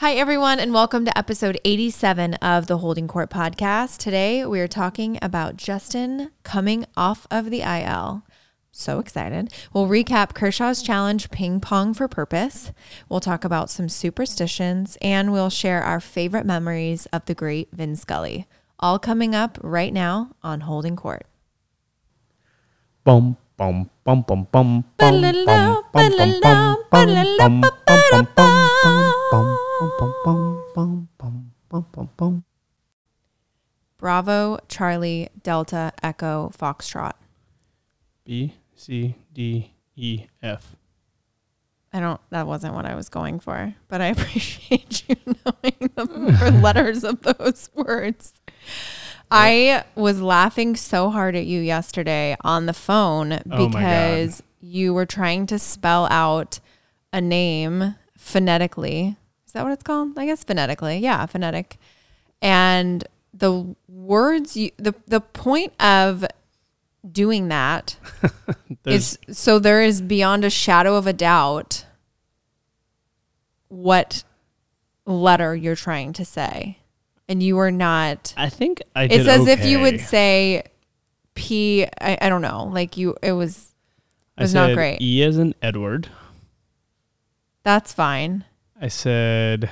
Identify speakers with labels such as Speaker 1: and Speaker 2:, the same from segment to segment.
Speaker 1: Hi, everyone, and welcome to episode 87 of the Holding Court podcast. Today, we are talking about Justin coming off of the IL. So excited. We'll recap Kershaw's challenge, Ping Pong for Purpose. We'll talk about some superstitions, and we'll share our favorite memories of the great Vin Scully. All coming up right now on Holding Court.
Speaker 2: Bum bum bum bum bum bum bum
Speaker 1: Ba-la-la,
Speaker 2: bum bum
Speaker 1: ba-la-la,
Speaker 2: bum
Speaker 1: ba-la-la,
Speaker 2: bum bum
Speaker 1: ba-ba-da-ba.
Speaker 2: bum bum bum bum bum bum bum bum.
Speaker 1: Bravo, Charlie, Delta, Echo, Foxtrot.
Speaker 2: B C D E F.
Speaker 1: I don't, that wasn't what I was going for, but I appreciate you knowing the four letters of those words. I was laughing so hard at you yesterday on the phone
Speaker 2: Oh my God.
Speaker 1: because you were trying to spell out a name phonetically. Is that what it's called? I guess phonetically. Yeah, phonetic. And the words you, the the point of doing that
Speaker 2: There's
Speaker 1: is so there is beyond a shadow of a doubt what letter you're trying to say and you are not
Speaker 2: I think I did
Speaker 1: it's as if you would
Speaker 2: okay.
Speaker 1: say p I, I don't know like you it was
Speaker 2: I
Speaker 1: was not
Speaker 2: said
Speaker 1: great.
Speaker 2: E as in Edward.
Speaker 1: that's fine
Speaker 2: I said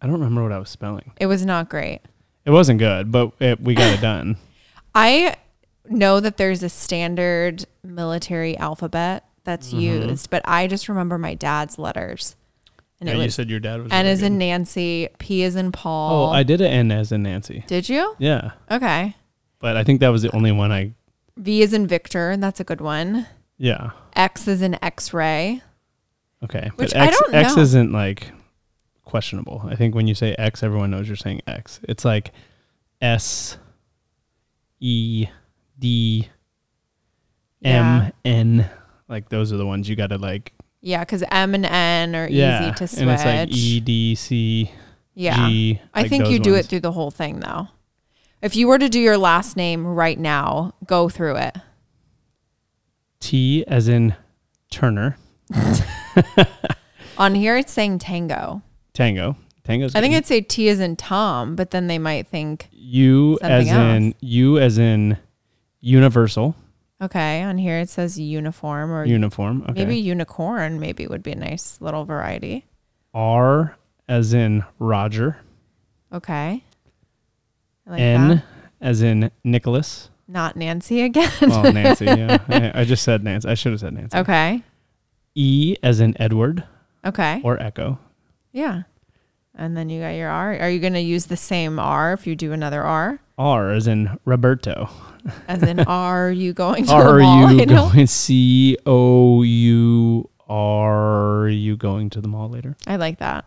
Speaker 2: I don't remember what I was spelling.
Speaker 1: it was not great
Speaker 2: It wasn't good, but it, we got it done.
Speaker 1: i know that there's a standard military alphabet that's
Speaker 2: Mm-hmm.
Speaker 1: used but i just remember my dad's letters and
Speaker 2: yeah,
Speaker 1: it
Speaker 2: you
Speaker 1: was
Speaker 2: said your dad was.
Speaker 1: n
Speaker 2: really
Speaker 1: is in
Speaker 2: good.
Speaker 1: nancy p is in
Speaker 2: Oh,
Speaker 1: paul
Speaker 2: I did an N as in Nancy.
Speaker 1: did you
Speaker 2: Yeah,
Speaker 1: okay
Speaker 2: but I think that was the only one I.
Speaker 1: V is in Victor. That's a good one.
Speaker 2: Yeah.
Speaker 1: X is in X ray.
Speaker 2: Okay.
Speaker 1: Which
Speaker 2: but
Speaker 1: I
Speaker 2: X,
Speaker 1: don't
Speaker 2: X
Speaker 1: know.
Speaker 2: isn't like questionable. I think when you say X, everyone knows you're saying X. It's like S, E, D,
Speaker 1: Yeah.
Speaker 2: M, N. Like those are the ones you got to like.
Speaker 1: Yeah, because M and N are
Speaker 2: Yeah.
Speaker 1: easy to switch.
Speaker 2: And it's like E, D, C,
Speaker 1: yeah.
Speaker 2: G,
Speaker 1: I
Speaker 2: like
Speaker 1: think
Speaker 2: those
Speaker 1: you do
Speaker 2: ones.
Speaker 1: it through the whole thing, though. If you were to do your last name right now, go through it.
Speaker 2: T as in Turner,
Speaker 1: On here, it's saying tango.
Speaker 2: Tango. Tango's
Speaker 1: I think
Speaker 2: good.
Speaker 1: I'd say T is in Tom, but then they might think,
Speaker 2: U as
Speaker 1: something
Speaker 2: in
Speaker 1: else.
Speaker 2: U as in universal
Speaker 1: okay, on here it says uniform or
Speaker 2: uniform. Okay.
Speaker 1: maybe unicorn, maybe would be a nice little variety.
Speaker 2: R as in Roger.
Speaker 1: Okay. I like
Speaker 2: N
Speaker 1: that.
Speaker 2: as in Nicholas.
Speaker 1: Not Nancy again.
Speaker 2: Well, Nancy. Yeah, I, I just said Nancy. I should have said Nancy.
Speaker 1: okay.
Speaker 2: E as in Edward
Speaker 1: Okay.
Speaker 2: or Echo.
Speaker 1: Yeah. And then you got your R. Are you going to use the same R if you do another R?
Speaker 2: R as in Roberto.
Speaker 1: As in, are you going to
Speaker 2: R
Speaker 1: the mall?
Speaker 2: are
Speaker 1: I
Speaker 2: you
Speaker 1: know.
Speaker 2: going? C O U are you going to the mall later?
Speaker 1: I like that.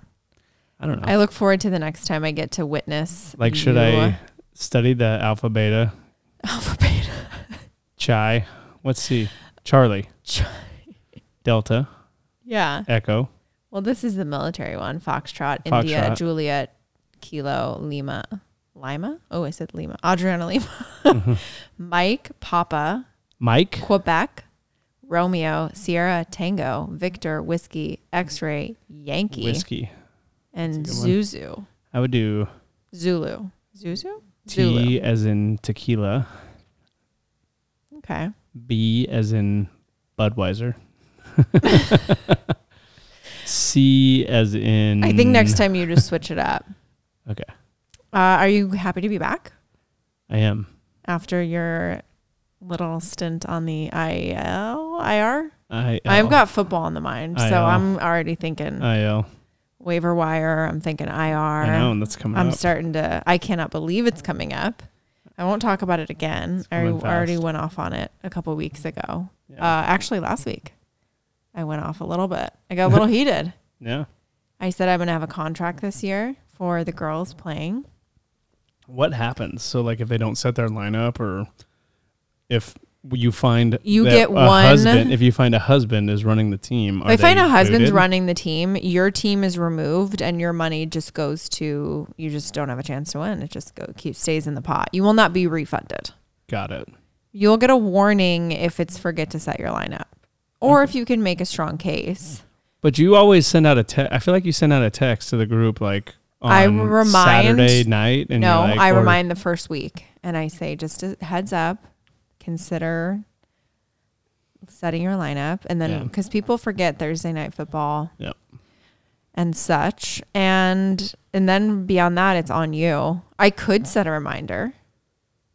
Speaker 2: I don't know.
Speaker 1: I look forward to the next time I get to witness.
Speaker 2: Oh. like, should
Speaker 1: you-
Speaker 2: I study the alpha beta
Speaker 1: Alpha beta.
Speaker 2: chi? What's C? Charlie.
Speaker 1: Chi.
Speaker 2: Delta.
Speaker 1: Yeah.
Speaker 2: Echo.
Speaker 1: Well, this is the military one. Foxtrot, India,
Speaker 2: Foxtrot.
Speaker 1: Juliet, Kilo, Lima. Lima? Oh, I said Lima. Adriana Lima.
Speaker 2: Mm-hmm.
Speaker 1: Mike, Papa,
Speaker 2: Mike.
Speaker 1: Quebec, Romeo, Sierra, Tango, Victor, Whiskey, X-Ray, Yankee.
Speaker 2: Whiskey.
Speaker 1: and
Speaker 2: That's a good
Speaker 1: Zuzu.
Speaker 2: I would do
Speaker 1: Zulu. Zuzu? Zulu.
Speaker 2: T as in tequila.
Speaker 1: Okay.
Speaker 2: B as in Budweiser. C as in.
Speaker 1: I think next time you just switch it up.
Speaker 2: Okay,
Speaker 1: Uh, are you happy to be back
Speaker 2: I am.
Speaker 1: after your little stint on the IL? IR?
Speaker 2: I oh.
Speaker 1: I've got football on the mind, so
Speaker 2: IL.
Speaker 1: I'm already thinking
Speaker 2: I L.
Speaker 1: waiver wire. I'm thinking IR.
Speaker 2: I know, and that's coming
Speaker 1: I'm
Speaker 2: up.
Speaker 1: starting to, I cannot believe it's coming up. I won't talk about it again. I
Speaker 2: coming
Speaker 1: already
Speaker 2: fast.
Speaker 1: went off on it a couple weeks ago.
Speaker 2: Yeah.
Speaker 1: Uh, actually, last week, I went off a little bit. I got a little heated.
Speaker 2: yeah.
Speaker 1: I said I'm gonna have a contract this year for the girls playing.
Speaker 2: What happens? So, like, if they don't set their lineup, or if you find
Speaker 1: You
Speaker 2: that
Speaker 1: get
Speaker 2: a
Speaker 1: one-
Speaker 2: husband, if you find a husband is running the team, are
Speaker 1: if I find
Speaker 2: they
Speaker 1: a husband's
Speaker 2: included?
Speaker 1: running the team, your team is removed and your money just goes to you. Just don't have a chance to win. It just go keep stays in the pot. You will not be refunded.
Speaker 2: Got it.
Speaker 1: You'll get a warning if it's forget to set your lineup, or if you can make a strong case.
Speaker 2: But you always send out a text. I feel like you send out a text to the group like on
Speaker 1: I remind-
Speaker 2: Saturday night. And
Speaker 1: no,
Speaker 2: you're like,
Speaker 1: I
Speaker 2: or-
Speaker 1: remind the first week and I say just a heads up, consider setting your lineup and then
Speaker 2: Yeah.
Speaker 1: because people forget Thursday night football
Speaker 2: Yep.
Speaker 1: and such and and then beyond that it's on you. I could set a reminder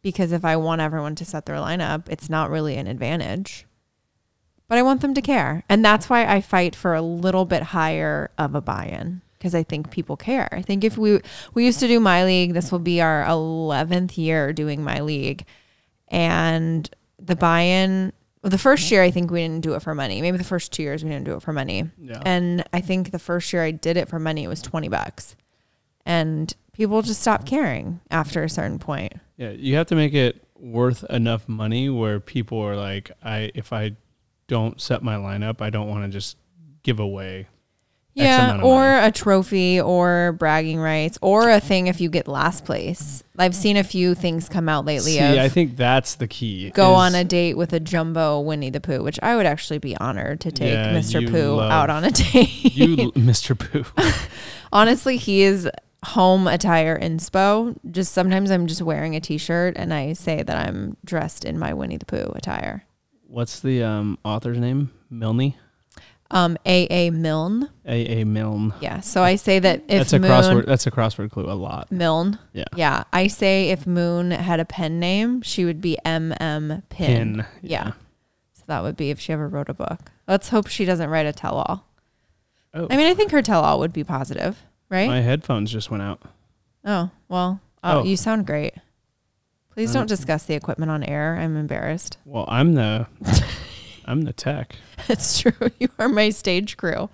Speaker 1: because if I want everyone to set their lineup, it's not really an advantage. But I want them to care. And that's why I fight for a little bit higher of a buy-in because I think people care. I think if we we used to do my league, this will be our 11th year doing my league. And the buy-in well, the first year I think we didn't do it for money. Maybe the first 2 years we didn't do it for money.
Speaker 2: Yeah.
Speaker 1: And I think the first year I did it for money it was 20 bucks. And people just stopped caring after a certain point.
Speaker 2: Yeah, you have to make it worth enough money where people are like, I if I don't set my lineup, I don't want to just give away. X
Speaker 1: Yeah,
Speaker 2: amount of
Speaker 1: or a trophy or bragging rights or a thing if you get last place. I've seen a few things come out lately
Speaker 2: See,
Speaker 1: of
Speaker 2: I think that's the key.
Speaker 1: go on
Speaker 2: is-
Speaker 1: a date with a jumbo Winnie the Pooh, which I would actually be honored to take
Speaker 2: Yeah,
Speaker 1: Mr.
Speaker 2: you
Speaker 1: Pooh
Speaker 2: love-
Speaker 1: out on a date.
Speaker 2: you, Mr. Pooh.
Speaker 1: Honestly, he is home attire inspo. Just sometimes I'm just wearing a t-shirt and I say that I'm dressed in my Winnie the Pooh attire.
Speaker 2: What's the um, author's name? Milne.
Speaker 1: Um, A.A. Milne.
Speaker 2: A. A. Milne.
Speaker 1: Yeah. So I say that if
Speaker 2: That's a
Speaker 1: Moon
Speaker 2: crossword. That's a crossword clue. A lot.
Speaker 1: Milne.
Speaker 2: Yeah.
Speaker 1: Yeah. I say if Moon had a pen name, she would be M.M. Pin.
Speaker 2: Pin.
Speaker 1: Yeah. So that would be if she ever wrote a book. Let's hope she doesn't write a tell all.
Speaker 2: Oh,
Speaker 1: I mean, I think her tell all would be positive, right?
Speaker 2: my headphones just went out.
Speaker 1: oh, well, oh,
Speaker 2: Oh.
Speaker 1: you sound great. Please
Speaker 2: Um,
Speaker 1: don't discuss the equipment on air. I'm embarrassed.
Speaker 2: Well, I'm the, I'm the tech.
Speaker 1: That's true. You are my stage crew.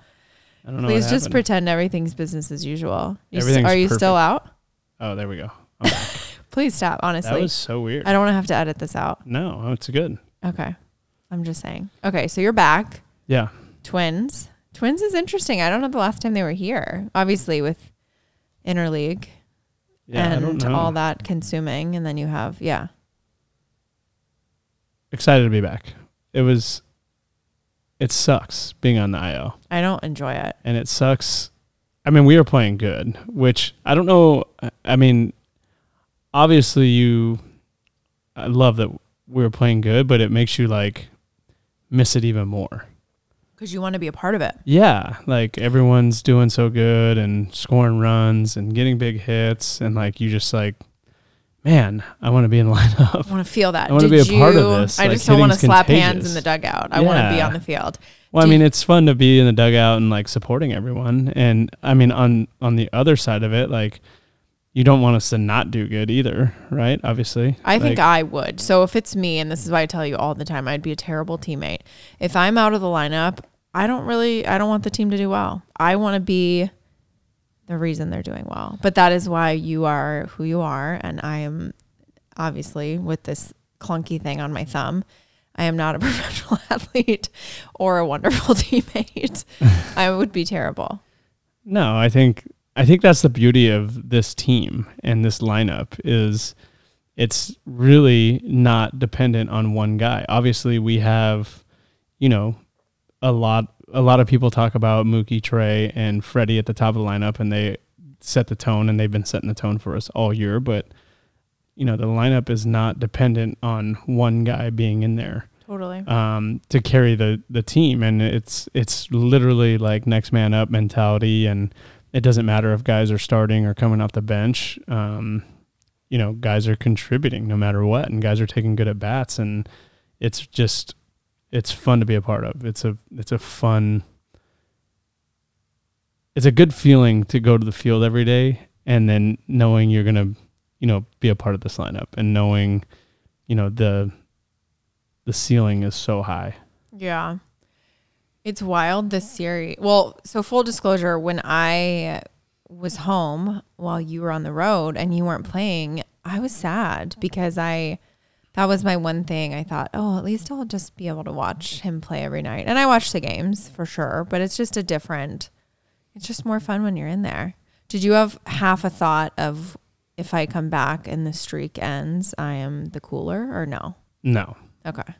Speaker 2: I don't know.
Speaker 1: Please
Speaker 2: what
Speaker 1: just
Speaker 2: happened.
Speaker 1: pretend everything's business as usual. You s-
Speaker 2: Everything's
Speaker 1: are you still out?
Speaker 2: Oh, there we go. I'm back.
Speaker 1: Please stop,
Speaker 2: that
Speaker 1: honestly.
Speaker 2: was so weird.
Speaker 1: I don't want to have to edit this out.
Speaker 2: No, oh, it's good.
Speaker 1: Okay. I'm just saying. Okay, so you're back.
Speaker 2: Yeah.
Speaker 1: Twins. Twins is interesting. I don't know the last time they were here. Obviously with interleague
Speaker 2: Yeah. I don't
Speaker 1: and
Speaker 2: know.
Speaker 1: all that consuming and then you have yeah.
Speaker 2: excited to be back. It was it sucks being on the IO
Speaker 1: I don't enjoy it.
Speaker 2: and it sucks I mean we were playing good, which I don't know I mean obviously you I love that we were playing good, but it makes you like miss it even more.
Speaker 1: Because you want to be a part of it.
Speaker 2: Yeah, like everyone's doing so good and scoring runs and getting big hits and like you just like man, I want to be in the lineup.
Speaker 1: I want to feel that.
Speaker 2: I wanna
Speaker 1: Did
Speaker 2: be a part of
Speaker 1: you-
Speaker 2: this.
Speaker 1: I
Speaker 2: Like,
Speaker 1: just don't want to
Speaker 2: hitting's
Speaker 1: slap hands in
Speaker 2: contagious.
Speaker 1: the dugout. I want to be
Speaker 2: Yeah.
Speaker 1: on the field.
Speaker 2: Well,
Speaker 1: Do
Speaker 2: I
Speaker 1: you-
Speaker 2: mean, it's fun to be in the dugout and like supporting everyone, and I mean, on on the other side of it, like you don't want us to not do good either, right? Obviously,
Speaker 1: I think
Speaker 2: Like,
Speaker 1: I would. So if it's me, and this is why I tell you all the time, I'd be a terrible teammate. If I'm out of the lineup, I don't really, I don't want the team to do well. I want to be the reason they're doing well. But that is why you are who you are, and I am obviously with this clunky thing on my thumb. I am not a professional athlete or a wonderful teammate. I would be terrible.
Speaker 2: no, I think I think that's the beauty of this team and this lineup is it's really not dependent on one guy. Obviously, we have you know a lot a lot of people talk about Mookie, Trey, and Freddie at the top of the lineup, and they set the tone, and they've been setting the tone for us all year. But you know, the lineup is not dependent on one guy being in there
Speaker 1: Totally.
Speaker 2: um, to carry the the team, and it's it's literally like next man up mentality, and it doesn't matter if guys are starting or coming off the bench. Um, you know, guys are contributing no matter what, and guys are taking good at bats, and it's just it's fun to be a part of. It's a it's a fun. It's a good feeling to go to the field every day, and then knowing you're gonna, you know, be a part of this lineup, and knowing, you know, the the ceiling is so high.
Speaker 1: Yeah. It's wild this series. Well, so full disclosure, when I was home while you were on the road and you weren't playing, I was sad because I that was my one thing. I thought, oh, at least I'll just be able to watch him play every night. And I watch the games for sure, but it's just a different it's just more fun when you're in there. Did you have half a thought of if I come back and the streak ends, I am the cooler or no?
Speaker 2: No.
Speaker 1: Okay.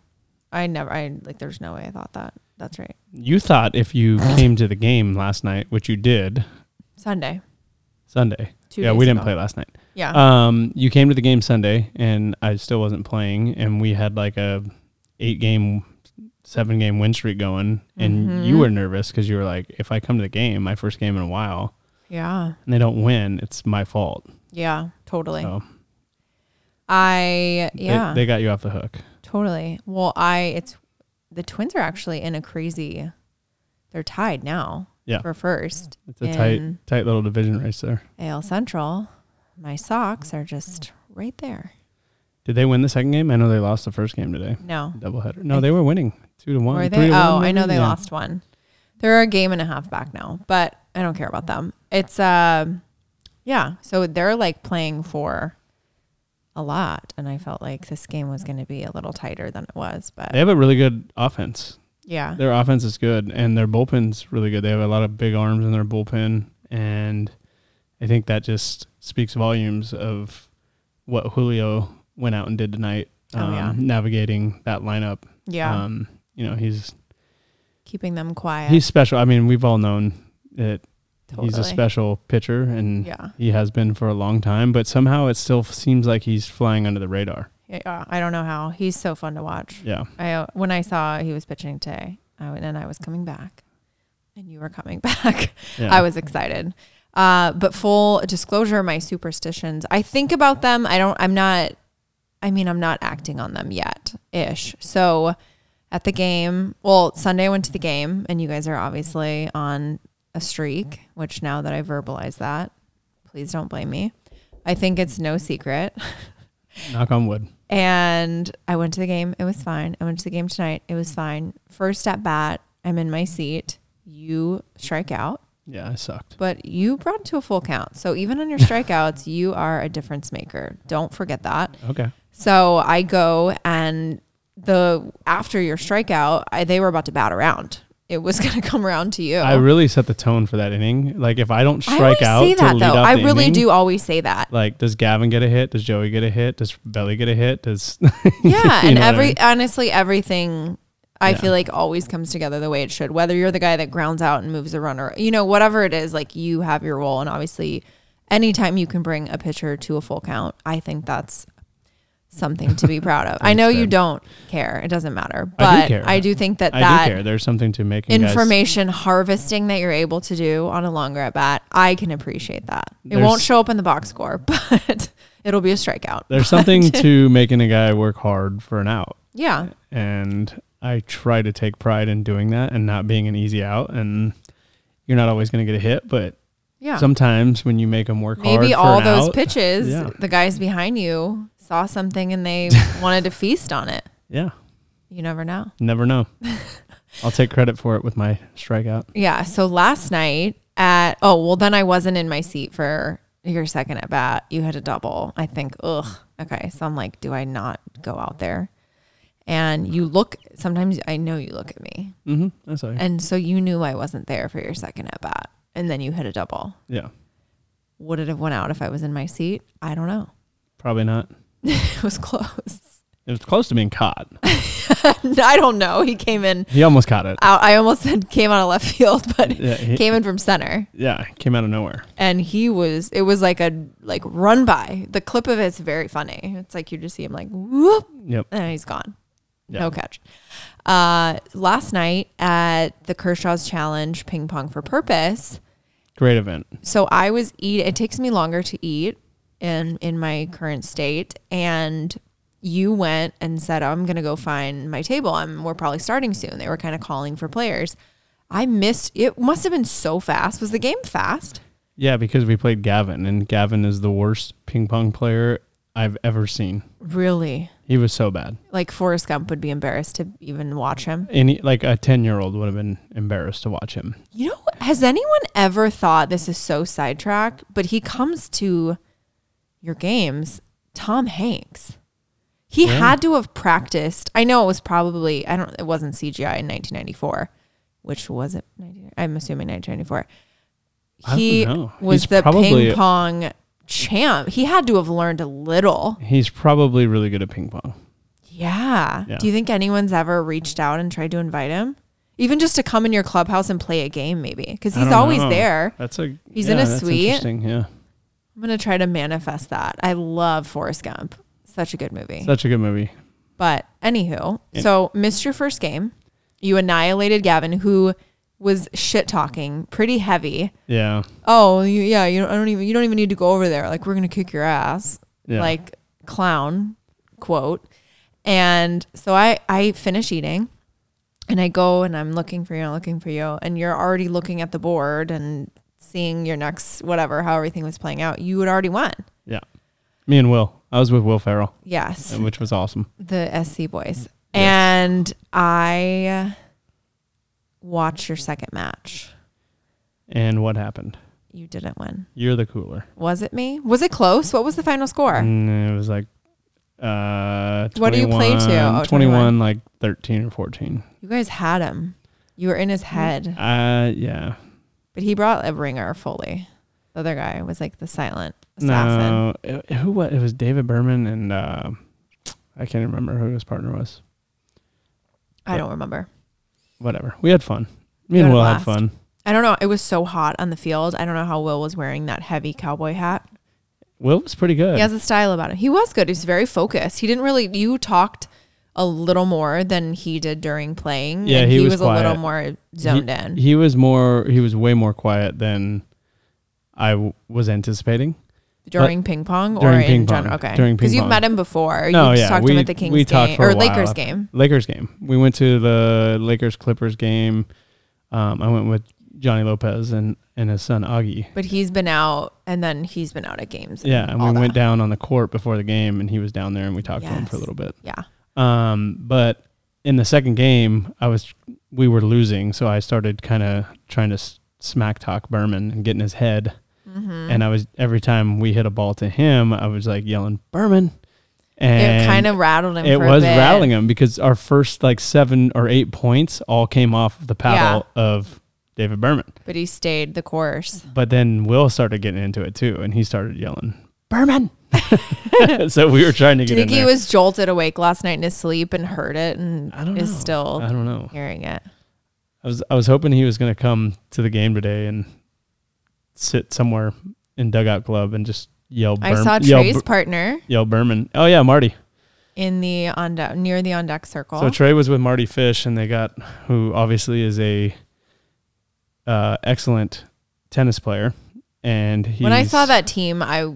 Speaker 1: I never I like there's no way I thought that. That's right.
Speaker 2: You thought if you came to the game last night, which you did
Speaker 1: Sunday.
Speaker 2: Sunday.
Speaker 1: Two
Speaker 2: yeah,
Speaker 1: days
Speaker 2: we didn't
Speaker 1: ago. Uh-huh.
Speaker 2: play last night.
Speaker 1: Yeah.
Speaker 2: Um, you came to the game Sunday, and I still wasn't playing, and we had like a eight game, seven game win streak going, and you
Speaker 1: Mhm.
Speaker 2: were nervous because you were like, if I come to the game, my first game in a while,
Speaker 1: yeah.
Speaker 2: and they don't win, it's my fault.
Speaker 1: Yeah. Totally.
Speaker 2: So
Speaker 1: I
Speaker 2: they-
Speaker 1: yeah.
Speaker 2: they, got you off the hook.
Speaker 1: totally. Well, I it's the twins are actually in a crazy. They're tied now.
Speaker 2: Yeah.
Speaker 1: For first
Speaker 2: It's a tight,
Speaker 1: in
Speaker 2: tight little division race there.
Speaker 1: AL Central, my socks are just right there.
Speaker 2: Did they win the second game? I know they lost the first game today.
Speaker 1: No.
Speaker 2: Doubleheader. No, they were winning two to one.
Speaker 1: Were
Speaker 2: three
Speaker 1: they?
Speaker 2: to
Speaker 1: Oh,
Speaker 2: one,
Speaker 1: I know
Speaker 2: maybe?
Speaker 1: they
Speaker 2: Yeah.
Speaker 1: lost one. They're a game and a half back now, but I don't care about them. It's um, yeah. So they're like playing for a lot, and I felt like this game was going to be a little tighter than it was. But
Speaker 2: They have a really good offense.
Speaker 1: yeah,
Speaker 2: Their offense is good, and their bullpen's really good. They have a lot of big arms in their bullpen, and I think that just speaks volumes of what Julio went out and did tonight.
Speaker 1: Oh,
Speaker 2: um,
Speaker 1: yeah.
Speaker 2: navigating that lineup.
Speaker 1: yeah,
Speaker 2: Um, you know, he's
Speaker 1: keeping them quiet.
Speaker 2: he's special. I mean, we've all known that he's a
Speaker 1: Totally.
Speaker 2: special pitcher, and
Speaker 1: yeah,
Speaker 2: he has been for a long time. But somehow, it still seems like he's flying under the radar.
Speaker 1: yeah. I don't know how he's so fun to watch.
Speaker 2: Yeah,
Speaker 1: I uh, when I saw he was pitching today, I, w- and I was coming back, and you were coming back.
Speaker 2: yeah.
Speaker 1: I was excited. Uh, but full disclosure, my superstitions. I think about them. I don't. I'm not. I mean, I'm not acting on them yet, ish. So, at the game, well, Sunday I went to the game, and you guys are obviously on a streak. Which now that I verbalize that, please don't blame me. I think it's no secret
Speaker 2: knock on wood.
Speaker 1: and I went to the game. It was fine. I went to the game tonight. It was fine. First at bat, I'm in my seat. You strike out,
Speaker 2: Yeah, I sucked.
Speaker 1: but you brought it to a full count. So even on your strikeouts, you are a difference maker. Don't forget that.
Speaker 2: Okay.
Speaker 1: So I go and the after your strikeout, I, they were about to bat around. It was going to come around to you.
Speaker 2: I really set the tone for that inning. Like if I don't
Speaker 1: I always
Speaker 2: strike out,
Speaker 1: say
Speaker 2: to
Speaker 1: that
Speaker 2: lead
Speaker 1: though.
Speaker 2: out
Speaker 1: I
Speaker 2: the
Speaker 1: really
Speaker 2: inning,
Speaker 1: do always say that.
Speaker 2: Like, does Gavin get a hit? Does Joey get a hit? Does Belly get a hit? Does
Speaker 1: yeah
Speaker 2: You
Speaker 1: and
Speaker 2: know what I
Speaker 1: every
Speaker 2: mean?
Speaker 1: honestly everything i
Speaker 2: Yeah.
Speaker 1: feel like always comes together the way it should whether you're the guy that grounds out and moves a runner you know whatever it is like you have your role and obviously anytime you can bring a pitcher to a full count i think that's something to be proud of i know
Speaker 2: Thanks,
Speaker 1: you
Speaker 2: babe.
Speaker 1: don't care it doesn't matter but
Speaker 2: I do
Speaker 1: i do,
Speaker 2: care.
Speaker 1: think that
Speaker 2: I
Speaker 1: that
Speaker 2: do care. There's something to making guys.
Speaker 1: information harvesting that you're able to do on a longer at bat i can appreciate that it
Speaker 2: There's-
Speaker 1: won't show up in the box score but it'll be a strikeout
Speaker 2: There's something to making a guy work hard for an out,
Speaker 1: yeah
Speaker 2: and I try to take pride in doing that and not being an easy out. And you're not always going to get a hit, but
Speaker 1: yeah
Speaker 2: sometimes when you make them work hard,
Speaker 1: Maybe
Speaker 2: for
Speaker 1: all
Speaker 2: an
Speaker 1: those
Speaker 2: out-
Speaker 1: pitches,
Speaker 2: Yeah.
Speaker 1: the guys behind you saw something and they wanted to feast on it.
Speaker 2: Yeah,
Speaker 1: You never know.
Speaker 2: never know. I'll take credit for it with my strikeout.
Speaker 1: Yeah. So last night at, oh, well, then I wasn't in my seat for your second at bat. You had a double. I think, ugh. Okay. So I'm like, do I not go out there? And you look, sometimes I know you look at me.
Speaker 2: Mm-hmm. That's all. right.
Speaker 1: And so you knew I wasn't there for your second at bat. And then you hit a double.
Speaker 2: Yeah,
Speaker 1: Would it have went out if I was in my seat? I don't know.
Speaker 2: probably not.
Speaker 1: It was close.
Speaker 2: It was close to being caught.
Speaker 1: I don't know. He came in
Speaker 2: He almost caught it.
Speaker 1: out. I almost said came out of left field, but
Speaker 2: Yeah, he,
Speaker 1: came in from center,
Speaker 2: yeah, came out of nowhere.
Speaker 1: and he was. It was like a like run by. The clip of it's very funny. It's like you just see him like whoop,
Speaker 2: Yep.
Speaker 1: and he's gone.
Speaker 2: Yeah.
Speaker 1: No catch. Uh, last night at the Kershaw's Challenge Ping Pong for Purpose,
Speaker 2: Great event.
Speaker 1: so I was eat. It takes me longer to eat, in in my current state, and you went and said, "I'm gonna go find my table. I'm we're probably starting soon." They were kind of calling for players. I missed. It must have been so fast. Was the game fast?
Speaker 2: Yeah, because we played Gavin, and Gavin is the worst ping pong player I've ever seen.
Speaker 1: Really?
Speaker 2: He was so bad.
Speaker 1: Like Forrest Gump would be embarrassed to even watch him.
Speaker 2: Any like a ten year old would have been embarrassed to watch him.
Speaker 1: You know, has anyone ever thought this is so sidetracked? But he comes to your games, Tom Hanks. He
Speaker 2: Yeah.
Speaker 1: had to have practiced. I know it was probably I don't it wasn't CGI in 1994, which was it? 19 I'm assuming 1994.
Speaker 2: I
Speaker 1: He
Speaker 2: don't know.
Speaker 1: was
Speaker 2: He's
Speaker 1: the
Speaker 2: probably-
Speaker 1: ping pong champ. He had to have learned a little.
Speaker 2: He's probably really good at ping pong.
Speaker 1: Yeah.
Speaker 2: Yeah.
Speaker 1: Do you think anyone's ever reached out and tried to invite him? Even just to come in your clubhouse and play a game, maybe, because
Speaker 2: I
Speaker 1: he's
Speaker 2: don't
Speaker 1: always
Speaker 2: know.
Speaker 1: there.
Speaker 2: That's a
Speaker 1: He's in a
Speaker 2: that's
Speaker 1: suite.
Speaker 2: Interesting, yeah.
Speaker 1: I'm gonna try to manifest that. I love Forrest Gump. Such a good movie.
Speaker 2: Such a good movie.
Speaker 1: But anywho, so missed your first game. You annihilated Gavin, who was shit talking pretty heavy.
Speaker 2: Yeah.
Speaker 1: Oh you, yeah, you don't, I don't even you don't even need to go over there. Like we're gonna kick your ass,
Speaker 2: Yeah.
Speaker 1: like clown quote. And so I I finish eating, and I go and I'm looking for you, I'm looking for you, and you're already looking at the board and seeing your next whatever how everything was playing out. You had already won.
Speaker 2: Yeah. Me and Will. I was with Will Farrell,
Speaker 1: Yes.
Speaker 2: which was awesome.
Speaker 1: the SC boys. And I watched your second match.
Speaker 2: And what happened?
Speaker 1: You didn't win.
Speaker 2: You're the cooler.
Speaker 1: Was it me? Was it close? What was the final score?
Speaker 2: And it was like uh
Speaker 1: What do you play to? Oh,
Speaker 2: 21 21 like 13 or 14.
Speaker 1: You guys had him. You were in his head,
Speaker 2: Uh yeah.
Speaker 1: but he brought a ringer fully. The other guy was like the silent assassin.
Speaker 2: No. It- who what? It was David Berman and uh I can't remember who his partner was.
Speaker 1: I don't remember.
Speaker 2: Whatever. We had fun. Me
Speaker 1: You
Speaker 2: and
Speaker 1: had a
Speaker 2: Will had
Speaker 1: blast.
Speaker 2: fun.
Speaker 1: I don't know. It was so hot on the field. I don't know how Will was wearing that heavy cowboy hat.
Speaker 2: Will was pretty good.
Speaker 1: He has a style about him. He was good. He was very focused. He didn't really. You talked a little more than he did during playing.
Speaker 2: Yeah,
Speaker 1: and
Speaker 2: he
Speaker 1: he,
Speaker 2: was
Speaker 1: was, a
Speaker 2: quiet.
Speaker 1: little more zoned
Speaker 2: he,
Speaker 1: in.
Speaker 2: He was more. He was way more quiet than I w- was anticipating.
Speaker 1: during ping pong or
Speaker 2: uh, during
Speaker 1: in
Speaker 2: ping
Speaker 1: general?
Speaker 2: pong.
Speaker 1: Okay,
Speaker 2: During
Speaker 1: because
Speaker 2: ping
Speaker 1: you've
Speaker 2: pong.
Speaker 1: met him before.
Speaker 2: No,
Speaker 1: you
Speaker 2: yeah,
Speaker 1: talked to him
Speaker 2: we-
Speaker 1: at the Kings
Speaker 2: we talked
Speaker 1: game
Speaker 2: for
Speaker 1: or
Speaker 2: a while
Speaker 1: Lakers
Speaker 2: after-
Speaker 1: game.
Speaker 2: Lakers game. We went to the Lakers Clippers game. Um, I went with Johnny Lopez and and his son Augie.
Speaker 1: But he's been out, and then he's been out at games.
Speaker 2: Yeah, and we
Speaker 1: all
Speaker 2: went
Speaker 1: that.
Speaker 2: down on the court before the game, and he was down there, and we talked to him for a
Speaker 1: Yes.
Speaker 2: little bit.
Speaker 1: Yeah,
Speaker 2: Um, but in the second game, I was we were losing, so I started kind of trying to s- smack talk Berman and get in his head.
Speaker 1: Mm-hmm.
Speaker 2: And I was every time we hit a ball to him, I was like yelling Berman, and
Speaker 1: it kind of rattled him.
Speaker 2: it
Speaker 1: for a
Speaker 2: was
Speaker 1: bit.
Speaker 2: rattling him because our first like seven or eight points all came off of the paddle of David Berman.
Speaker 1: but he stayed the course.
Speaker 2: But then Will started getting into it too, and he started yelling Berman. so we were trying to
Speaker 1: Do
Speaker 2: get
Speaker 1: you think
Speaker 2: in
Speaker 1: he
Speaker 2: there.
Speaker 1: was jolted awake last night in his sleep and heard it, and
Speaker 2: I don't
Speaker 1: is
Speaker 2: know.
Speaker 1: still
Speaker 2: I don't know.
Speaker 1: hearing it?
Speaker 2: I was I was hoping he was going to come to the game today and sit somewhere in dugout club and just yell.
Speaker 1: I
Speaker 2: Berm-
Speaker 1: saw
Speaker 2: yell,
Speaker 1: Trey's
Speaker 2: Ber-
Speaker 1: partner
Speaker 2: yell Berman. Oh yeah, Marty.
Speaker 1: in the on deck near the on deck circle.
Speaker 2: So Trey was with Marty Fish, and they got who obviously is a uh, excellent tennis player. And he's,
Speaker 1: when I saw that team, I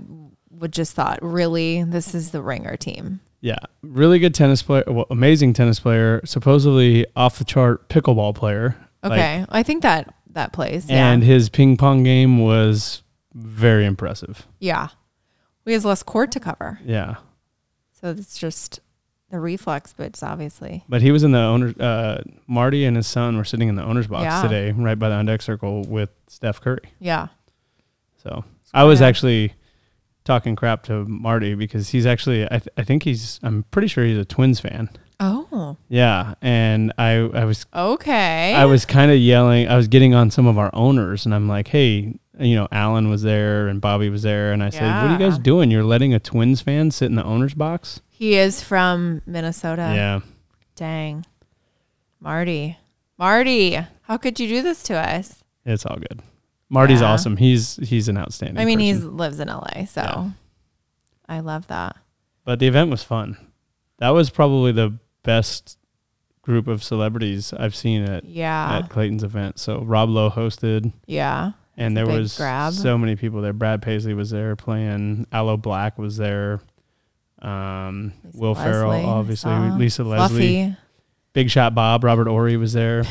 Speaker 1: would just thought, really, this is the ringer team.
Speaker 2: yeah, really good tennis player, well, amazing tennis player, supposedly off the chart pickleball player. Like,
Speaker 1: Okay, I think that that plays.
Speaker 2: and
Speaker 1: yeah,
Speaker 2: his ping pong game was very impressive.
Speaker 1: yeah, we has less court to cover,
Speaker 2: Yeah,
Speaker 1: so it's just the reflex, but it's obviously
Speaker 2: But he was in the owner. Uh, Marty and his son were sitting in the owner's box
Speaker 1: Yeah.
Speaker 2: today, right by the on deck circle with Steph Curry.
Speaker 1: yeah.
Speaker 2: So I was
Speaker 1: Yeah.
Speaker 2: actually talking crap to Marty because he's actually. I, th- I think he's. I'm pretty sure he's a Twins fan.
Speaker 1: Oh,
Speaker 2: Yeah, and I I was
Speaker 1: okay.
Speaker 2: I was kind of yelling. I was getting on some of our owners, and I'm like, hey, you know, Alan was there and Bobby was there, and I said, what are you guys
Speaker 1: Yeah.
Speaker 2: doing? You're letting a Twins fan sit in the owner's box?
Speaker 1: he is from Minnesota.
Speaker 2: yeah.
Speaker 1: Dang, Marty, Marty, how could you do this to us?
Speaker 2: It's all good. Marty's
Speaker 1: Yeah.
Speaker 2: awesome. He's he's an outstanding.
Speaker 1: I mean,
Speaker 2: person.
Speaker 1: he lives in LA, so
Speaker 2: Yeah.
Speaker 1: I love that.
Speaker 2: But the event was fun. That was probably the best group of celebrities I've seen at,
Speaker 1: Yeah,
Speaker 2: at Clayton's event. So Rob Lowe hosted,
Speaker 1: yeah.
Speaker 2: and
Speaker 1: That's a
Speaker 2: there
Speaker 1: big
Speaker 2: was
Speaker 1: grab.
Speaker 2: so many people there. Brad Paisley was there playing. Aloe Black was there. Um,
Speaker 1: Lisa
Speaker 2: Will Ferrell,
Speaker 1: Leslie, I
Speaker 2: obviously.
Speaker 1: saw.
Speaker 2: Lisa Leslie.
Speaker 1: Fluffy,
Speaker 2: Big Shot Bob. Robert Ory was there.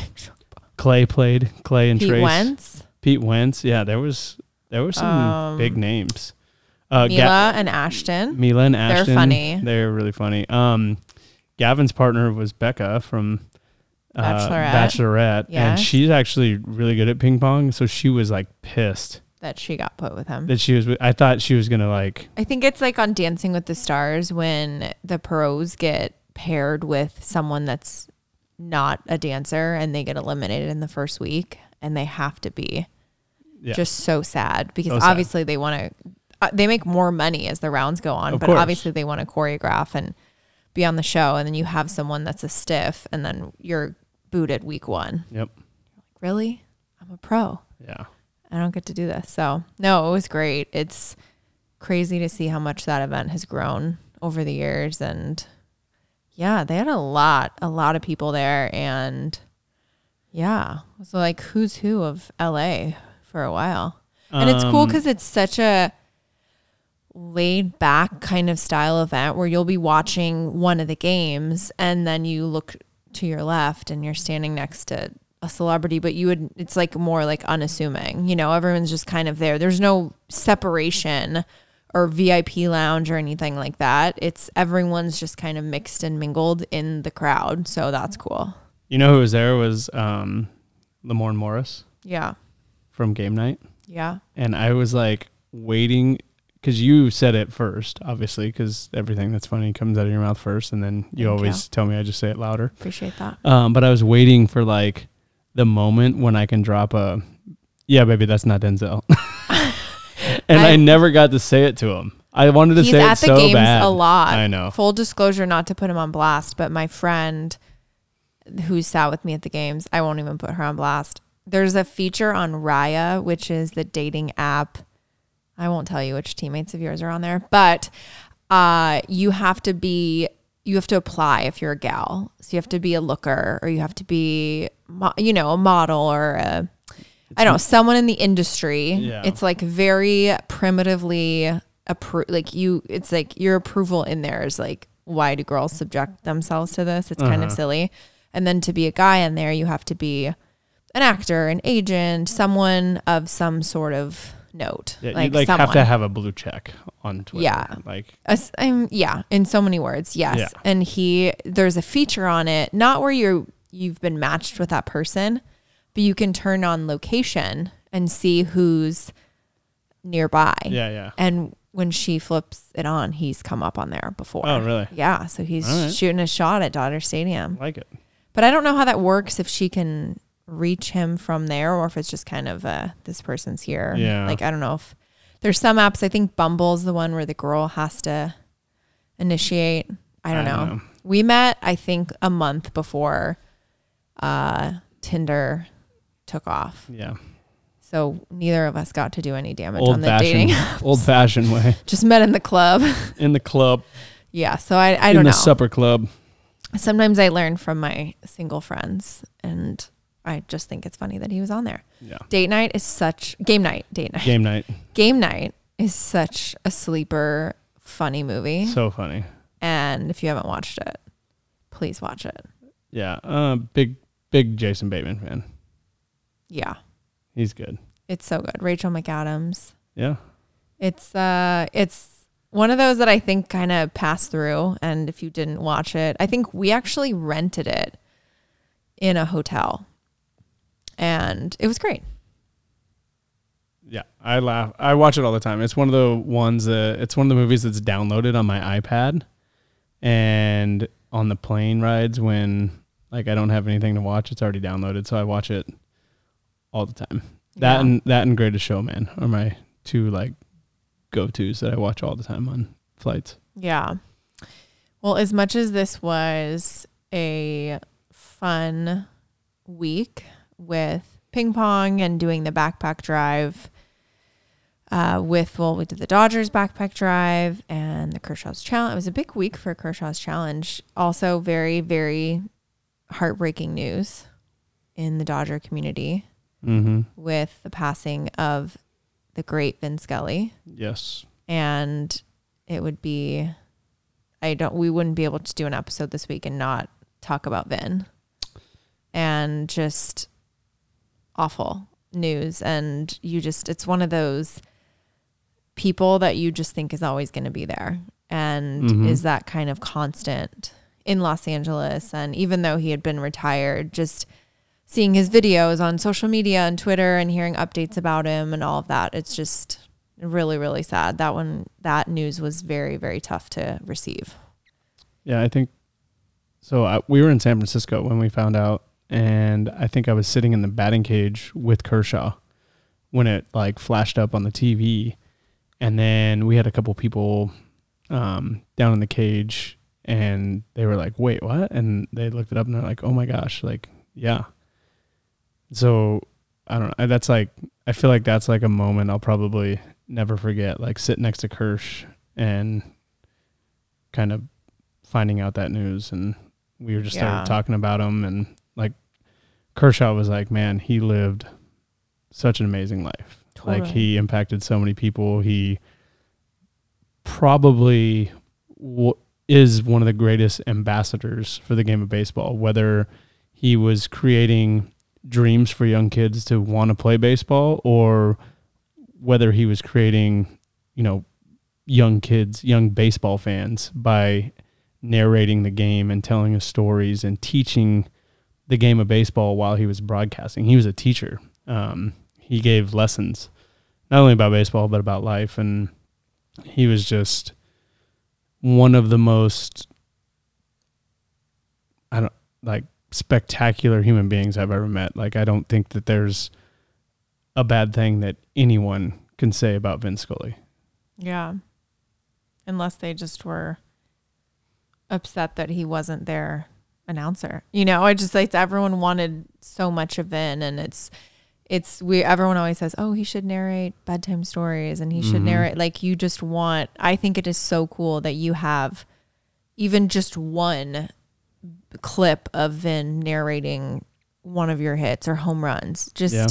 Speaker 2: Clay played. Clay and
Speaker 1: Pete
Speaker 2: Trace.
Speaker 1: Wentz,
Speaker 2: Pete Wentz. Yeah, there was there were some
Speaker 1: Um,
Speaker 2: big names. Uh, Ga-
Speaker 1: Mila, and Ashton.
Speaker 2: Mila and Ashton.
Speaker 1: funny.
Speaker 2: They're really funny. Um, Gavin's partner was Becca from uh,
Speaker 1: Bachelorette.
Speaker 2: Bachelorette, and
Speaker 1: Yes.
Speaker 2: she's actually really good at ping pong. So she was like pissed
Speaker 1: That she got put with him.
Speaker 2: that she was. With, I thought she was gonna like.
Speaker 1: I think it's like on Dancing with the Stars when the pros get paired with someone that's not a dancer and they get eliminated in the first week and they have to be
Speaker 2: Yeah.
Speaker 1: just so sad because
Speaker 2: So sad.
Speaker 1: obviously they want to uh, they make more money as the rounds go on
Speaker 2: Of
Speaker 1: but
Speaker 2: course.
Speaker 1: obviously they want to choreograph and be on the show and then you have someone that's a stiff and then your booted week one.
Speaker 2: Yep.
Speaker 1: Really? I'm a pro.
Speaker 2: Yeah.
Speaker 1: I don't get to do this. So, no, it was great. It's crazy to see how much that event has grown over the years. And yeah, they had a lot, a lot of people there. And yeah, it was like who's who of LA for a while. And it's cool
Speaker 2: Um,
Speaker 1: because it's such a laid back kind of style event where you'll be watching one of the games and then you look to your left and you're standing next to a celebrity, but you would, it's like more like unassuming. You know, everyone's just kind of there. There's no separation or VIP lounge or anything like that. It's everyone's just kind of mixed and mingled in the crowd. So that's cool.
Speaker 2: you know who was there was um, Lamorne Morris
Speaker 1: Yeah.
Speaker 2: from Game Night,
Speaker 1: Yeah.
Speaker 2: and I was like waiting because you said it first, obviously, because everything that's funny comes out of your mouth first, and then you
Speaker 1: Thank
Speaker 2: always tell me I just say it louder.
Speaker 1: Appreciate that.
Speaker 2: Um, but I was waiting for like the moment when I can drop a, yeah, baby, that's not Denzel. and I,
Speaker 1: I-
Speaker 2: never got to say it to him. I wanted to
Speaker 1: He's
Speaker 2: say
Speaker 1: at
Speaker 2: it
Speaker 1: the
Speaker 2: so
Speaker 1: games
Speaker 2: bad.
Speaker 1: a lot.
Speaker 2: I know.
Speaker 1: Full disclosure, not to put him on blast, but my friend who sat with me at the games, I won't even put her on blast. There's a feature on Raya, which is the dating app. I won't tell you which teammates of yours are on there, but uh, you have to be, you have to apply if you're a gal. So you have to be a looker or you have to be, mo- you know, a model or a, I don't know, someone in the industry.
Speaker 2: Yeah.
Speaker 1: It's like very primitively appro- like you it's like your approval in there is like why do girls subject themselves to this? It's kind of silly. And then to be a guy in there, you have to be an actor, an agent, someone of some sort of note.
Speaker 2: Yeah, you like have to have a blue check on Twitter.
Speaker 1: Yeah.
Speaker 2: Like
Speaker 1: As- um, yeah, in so many words, yes.
Speaker 2: Yeah.
Speaker 1: And he, there's a feature on it, not where you're you've been matched with that person, but you can turn on location and see who's nearby.
Speaker 2: yeah, yeah.
Speaker 1: And when she flips it on, he's come up on there before.
Speaker 2: Oh, really?
Speaker 1: Yeah, so he's
Speaker 2: All right.
Speaker 1: shooting a shot at Dodger Stadium.
Speaker 2: I like it.
Speaker 1: But I don't know how that works if she can reach him from there or if it's just kind of uh this person's here.
Speaker 2: Yeah.
Speaker 1: Like I don't know if there's some apps I think Bumble's the one where the girl has to initiate. I don't, know. We met I think a month before uh Tinder took off.
Speaker 2: Yeah.
Speaker 1: So neither of us got to do any damage on
Speaker 2: Old
Speaker 1: the dating.
Speaker 2: fashioned old fashioned way.
Speaker 1: just met in the club.
Speaker 2: In the club.
Speaker 1: yeah, so I I
Speaker 2: in
Speaker 1: don't
Speaker 2: the
Speaker 1: know.
Speaker 2: supper club.
Speaker 1: Sometimes I learn from my single friends and I just think it's funny that he was on there.
Speaker 2: Yeah.
Speaker 1: Date night is such game night. Date night.
Speaker 2: Game night.
Speaker 1: Game night is such a sleeper, funny movie.
Speaker 2: So funny.
Speaker 1: and if you haven't watched it, please watch it.
Speaker 2: Yeah. Uh big big Jason Bateman fan.
Speaker 1: Yeah,
Speaker 2: He's good.
Speaker 1: it's so good. Rachel McAdams.
Speaker 2: Yeah.
Speaker 1: It's uh, it's one of those that I think kind of passed through. And if you didn't watch it, I think we actually rented it in a hotel, and it was great.
Speaker 2: Yeah. I laugh. I watch it all the time. It's one of the ones that it's one of the movies that's downloaded on my iPad and on the plane rides when like I don't have anything to watch, it's already downloaded, so I watch it all the time. That
Speaker 1: Yeah.
Speaker 2: and that and Greatest Showman are my two like go tos that I watch all the time on flights.
Speaker 1: Yeah. Well, as much as this was a fun week with ping pong and doing the backpack drive, uh, with, well, we did the Dodgers backpack drive and the Kershaw's Challenge. It was a big week for Kershaw's Challenge. Also, very, very heartbreaking news in the Dodger community
Speaker 2: Mm-hmm.
Speaker 1: with the passing of the great Vin Scully
Speaker 2: Yes.
Speaker 1: and it would be I don't we wouldn't be able to do an episode this week and not talk about Vin. And just awful news and you just it's one of those people that you just think is always going to be there and
Speaker 2: Mhm.
Speaker 1: is that kind of constant in Los Angeles and even though he had been retired just seeing his videos on social media and Twitter and hearing updates about him and all of that it's just really really sad that one that news was very very tough to receive
Speaker 2: Yeah, I think so. I, we were in San Francisco when we found out, and I think I was sitting in the batting cage with Kershaw when it like flashed up on the TV, and then we had a couple people um, down in the cage, and they were like, "Wait, what?" And they looked it up, and they're like, "Oh my gosh!" Like Yeah. So I don't know. That's like I feel like that's like a moment I'll probably never forget. Like sit next to Kirsch and kind of finding out that news, and we were just
Speaker 1: Yeah.
Speaker 2: started talking about him, and like Kershaw was like, man, he lived such an amazing life. Like
Speaker 1: Totally.
Speaker 2: he impacted so many people. He probably w- is one of the greatest ambassadors for the game of baseball. Whether he was creating dreams for young kids to want to play baseball, or whether he was creating, you know, young kids, young baseball fans by narrating the game and telling his stories and teaching the game of baseball while he was broadcasting. He was a teacher. Um, he gave lessons not only about baseball but about life, and he was just one of the most I don't like spectacular human beings I've ever met. Like I don't think that there's a bad thing that anyone can say about Vince Scully.
Speaker 1: Yeah. Unless they just were upset that he wasn't their announcer. You know, I just like everyone wanted so much of Vin and it's it's we everyone always says, "Oh, he should narrate bedtime stories and he should
Speaker 2: Mhm.
Speaker 1: narrate like you just want I think it is so cool that you have even just one clip of Vin narrating one of your hits or home runs. Just
Speaker 2: Yeah.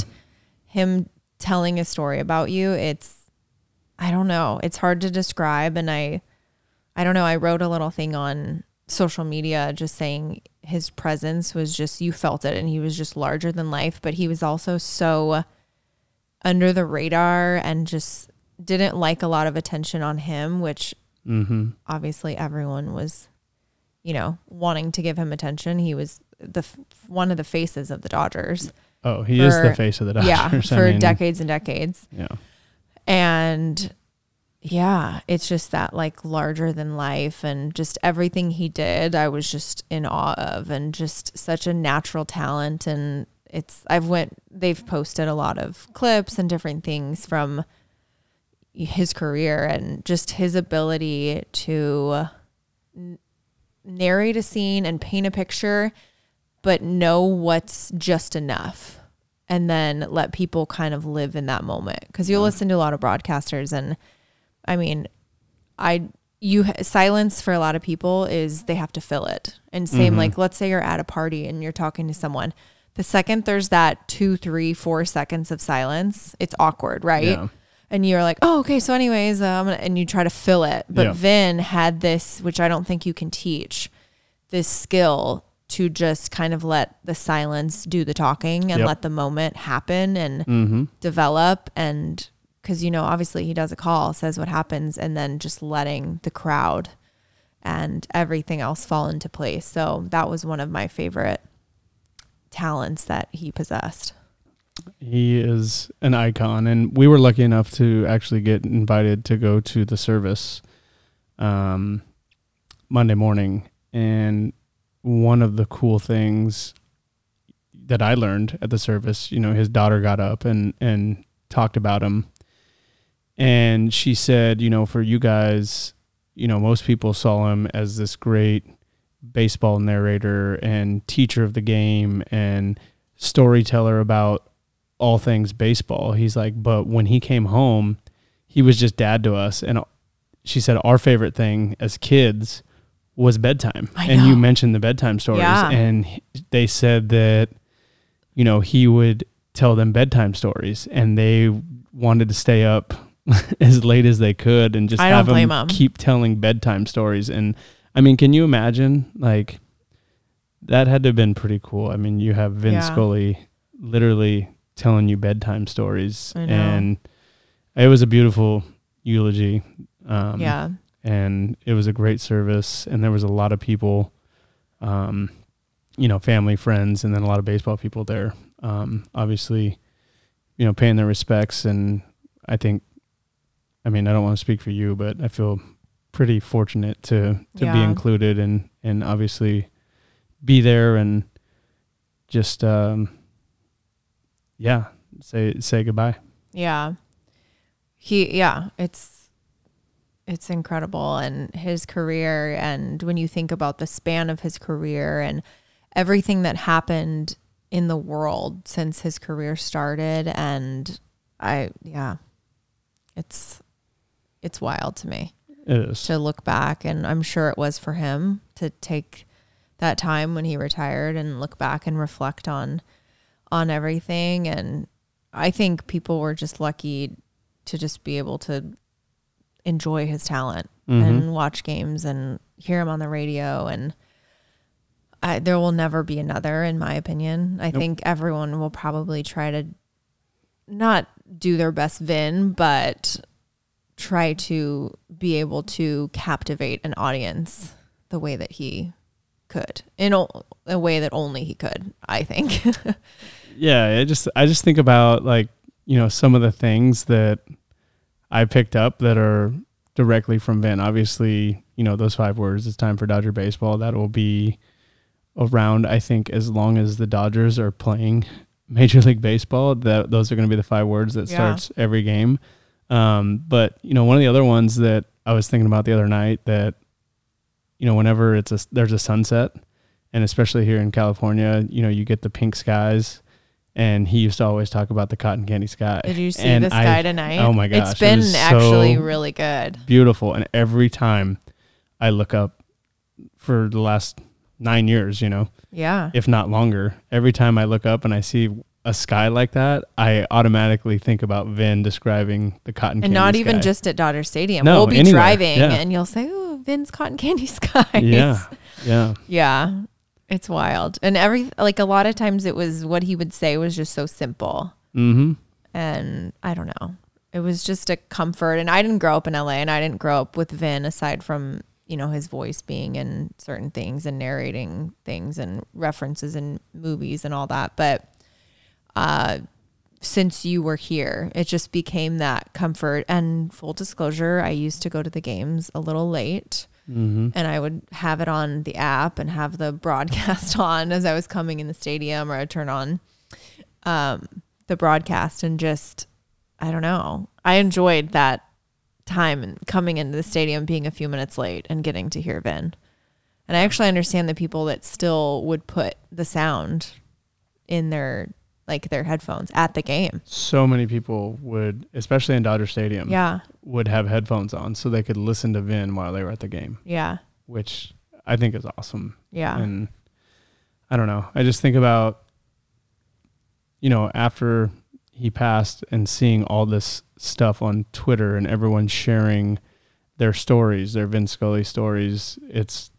Speaker 1: him telling a story about you. It's I don't know. It's hard to describe and I I don't know. I wrote a little thing on social media just saying his presence was just you felt it and he was just larger than life, but he was also so under the radar and just didn't like a lot of attention on him, which
Speaker 2: Mm-hmm.
Speaker 1: obviously everyone was you know wanting to give him attention. He was the f- one of the faces of the Dodgers.
Speaker 2: Oh, he is the
Speaker 1: For-
Speaker 2: face of the
Speaker 1: Yeah,
Speaker 2: Dodgers. I
Speaker 1: for
Speaker 2: mean,
Speaker 1: decades and decades.
Speaker 2: Yeah.
Speaker 1: And yeah, it's just that like larger than life and just everything he did, I was just in awe of and just such a natural talent and it's I've went they've posted a lot of clips and different things from his career and just his ability to n- narrate a scene and paint a picture but know what's just enough and then let people kind of live in that moment because you'll listen to a lot of broadcasters and i mean i you silence for a lot of people is they have to fill it and same like let's say you're at a party and you're talking to someone the second there's that two three four seconds of silence it's awkward right
Speaker 2: Yeah.
Speaker 1: and you're like oh okay so anyways um, and you try to fill it but
Speaker 2: Yeah.
Speaker 1: vin had this which i don't think you can teach this skill to just kind of let the silence do the talking and
Speaker 2: Yep.
Speaker 1: let the moment happen and
Speaker 2: Mm-hmm.
Speaker 1: develop and because you know obviously he does a call says what happens and then just letting the crowd and everything else fall into place so that was one of my favorite talents that he possessed
Speaker 2: He is an icon, and we were lucky enough to actually get invited to go to the service um, Monday morning. And one of the cool things that I learned at the service, you know, his daughter got up and and talked about him, and she said, you know, for you guys, you know, most people saw him as this great baseball narrator and teacher of the game and storyteller about all things baseball. He's like, but when he came home, he was just dad to us. And she said, our favorite thing as kids was bedtime.
Speaker 1: I
Speaker 2: and you
Speaker 1: know.
Speaker 2: mentioned the bedtime stories.
Speaker 1: Yeah.
Speaker 2: And he- they said that, you know, he would tell them bedtime stories and they wanted to stay up as late as they could and just
Speaker 1: I don't
Speaker 2: have
Speaker 1: blame
Speaker 2: him
Speaker 1: 'em.
Speaker 2: keep telling bedtime stories. And I mean, can you imagine? Like, that had to have been pretty cool. I mean, you have Vin
Speaker 1: Yeah.
Speaker 2: Scully literally telling you bedtime stories,
Speaker 1: I know.
Speaker 2: and it was a beautiful eulogy. Um,
Speaker 1: yeah
Speaker 2: and it was a great service, and there was a lot of people, um, you know, family, friends, and then a lot of baseball people there. Um, obviously, you know, paying their respects, and I think, I mean, I don't want to speak for you, but I feel pretty fortunate to to be
Speaker 1: Yeah.
Speaker 2: included and and obviously be there and just um, yeah, say say goodbye.
Speaker 1: Yeah. He yeah, it's it's incredible and his career and when you think about the span of his career and everything that happened in the world since his career started and I yeah. It's it's wild to me
Speaker 2: It is.
Speaker 1: to look back and I'm sure it was for him to take that time when he retired and look back and reflect on on everything and I think people were just lucky to just be able to enjoy his talent
Speaker 2: Mm-hmm.
Speaker 1: and watch games and hear him on the radio and I, there will never be another in my opinion. I think everyone will probably try to not do their best Vin, but try to be able to captivate an audience the way that he could in a, a way that only he could, I think.
Speaker 2: yeah i just i just think about like you know some of the things that i picked up that are directly from vin obviously you know those five words it's time for dodger baseball that will be around i think as long as the dodgers are playing major league baseball that those are going to be the five words that
Speaker 1: Yeah.
Speaker 2: starts every game um, but you know one of the other ones that i was thinking about the other night that you know whenever it's a there's a sunset and especially here in california you know you get the pink skies and he used to always talk about the cotton candy sky.
Speaker 1: Did you see
Speaker 2: And
Speaker 1: this
Speaker 2: I-
Speaker 1: guy tonight?
Speaker 2: oh my gosh,
Speaker 1: It's
Speaker 2: it
Speaker 1: been
Speaker 2: was so-
Speaker 1: actually really good.
Speaker 2: beautiful. And every time I look up for the last nine years, you know,
Speaker 1: Yeah.
Speaker 2: if not longer, every time I look up and I see a sky like that, I automatically think about Vin describing the cotton
Speaker 1: and
Speaker 2: candy
Speaker 1: not even
Speaker 2: sky.
Speaker 1: just at Dodger Stadium.
Speaker 2: No,
Speaker 1: we'll be
Speaker 2: anywhere.
Speaker 1: driving
Speaker 2: Yeah.
Speaker 1: and you'll say, "Oh, Vin's cotton candy skies."
Speaker 2: yeah, yeah,
Speaker 1: Yeah. It's wild. And every like a lot of times it was what he would say was just so simple.
Speaker 2: mm-hmm.
Speaker 1: and I don't know. It was just a comfort. And I didn't grow up in LA and I didn't grow up with Vin aside from, you know, his voice being in certain things and narrating things and references in movies and all that. But uh, since you were here, it just became that comfort. And full disclosure, I used to go to the games a little late. And I would have it on the app and have the broadcast on as I was coming in the stadium, or I'd turn on um, the broadcast and just I don't know. I enjoyed that time and coming into the stadium, being a few minutes late and getting to hear Vin. And I actually understand the people that still would put the sound in their like their headphones at the game.
Speaker 2: So many people would, especially in Dodger Stadium,
Speaker 1: Yeah,
Speaker 2: would have headphones on so they could listen to Vin while they were at the game,
Speaker 1: yeah,
Speaker 2: which I think is awesome.
Speaker 1: yeah,
Speaker 2: and I don't know. I just think about, you know, after he passed and seeing all this stuff on Twitter and everyone sharing their stories, their Vin Scully stories. It's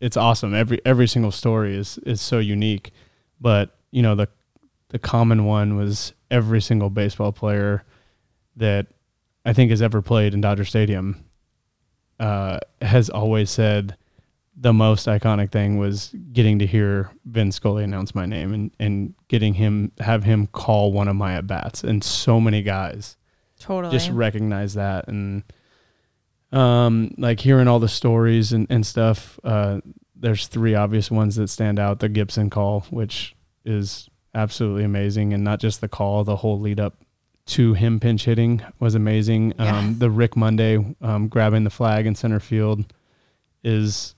Speaker 2: it's awesome. Every every single story is is so unique, but you know the the common one was every single baseball player that I think has ever played in Dodger Stadium uh, has always said the most iconic thing was getting to hear Vin Scully announce my name and, and getting him have him call one of my at bats and so many guys
Speaker 1: totally.
Speaker 2: just recognize that and um like hearing all the stories and, and stuff uh there's three obvious ones that stand out the gibson call which is absolutely amazing and not just the call the whole lead up to him pinch hitting was amazing
Speaker 1: Yeah.
Speaker 2: um the rick monday um grabbing the flag in center field is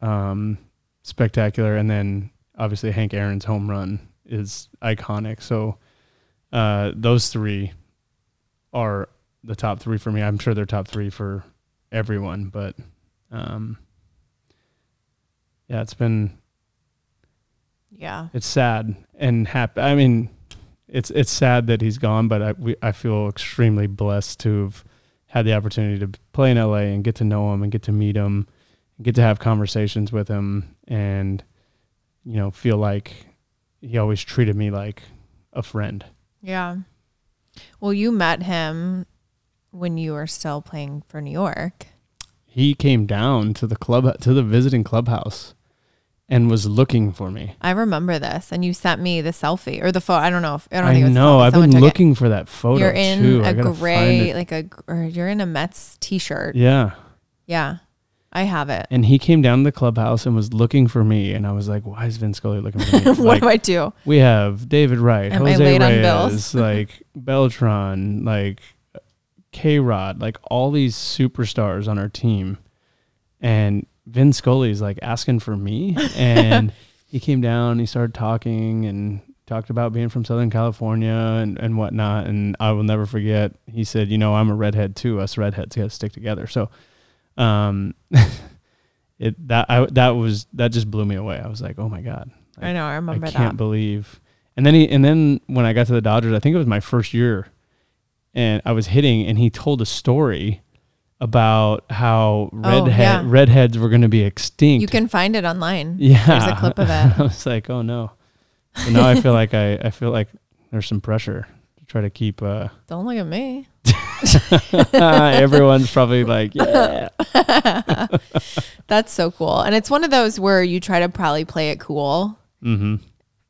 Speaker 2: um spectacular and then obviously hank aaron's home run is iconic so uh those three are the top three for me. I'm sure they're top three for everyone, but um, yeah, it's been
Speaker 1: yeah,
Speaker 2: it's sad and happy. I mean, it's it's sad that he's gone, but I we, I feel extremely blessed to have had the opportunity to play in LA and get to know him and get to meet him, get to have conversations with him, and you know feel like he always treated me like a friend.
Speaker 1: yeah. Well, you met him when you were still playing for New York.
Speaker 2: he came down to the club to the visiting clubhouse and was looking for me.
Speaker 1: I remember this, and you sent me the selfie or the photo. I don't know if I don't
Speaker 2: I,
Speaker 1: think it was a
Speaker 2: know.
Speaker 1: selfie.
Speaker 2: I've
Speaker 1: Someone
Speaker 2: been
Speaker 1: took it.
Speaker 2: looking for that photo
Speaker 1: You're in
Speaker 2: too. I
Speaker 1: a
Speaker 2: gotta find
Speaker 1: gray,
Speaker 2: it.
Speaker 1: like a, gr- or you're in a Mets t-shirt. Yeah,
Speaker 2: Yeah,
Speaker 1: I have it.
Speaker 2: and he came down to the clubhouse and was looking for me, and I was like, "Why is Vince Scully looking for me?"
Speaker 1: what
Speaker 2: Like,
Speaker 1: do I do?
Speaker 2: we have David Wright,
Speaker 1: Am I
Speaker 2: Jose
Speaker 1: late on
Speaker 2: Reyes,
Speaker 1: bills?
Speaker 2: like Beltron, like K Rod, like all these superstars on our team, and Vin Scully's like asking for me, and he came down, he started talking and talked about being from Southern California and, and whatnot. And I will never forget, he said, you know, I'm a redhead too. Us redheads got to stick together. So, um, it, that, I, that was, that just blew me away. I was like, oh my God, I-
Speaker 1: I know. I remember
Speaker 2: I
Speaker 1: that.
Speaker 2: can't believe. And then he, and then when I got to the Dodgers, I think it was my first year, and I was hitting, and he told a story about how redhead
Speaker 1: Oh, yeah.
Speaker 2: redheads were going to be extinct.
Speaker 1: You can find it online.
Speaker 2: yeah,
Speaker 1: there's a clip of it.
Speaker 2: I was like, oh no. So now I feel like I, I feel like there's some pressure to try to keep. Uh,
Speaker 1: Don't look at me.
Speaker 2: everyone's probably like, yeah,
Speaker 1: That's so cool. And it's one of those where you try to probably play it cool
Speaker 2: mm-hmm.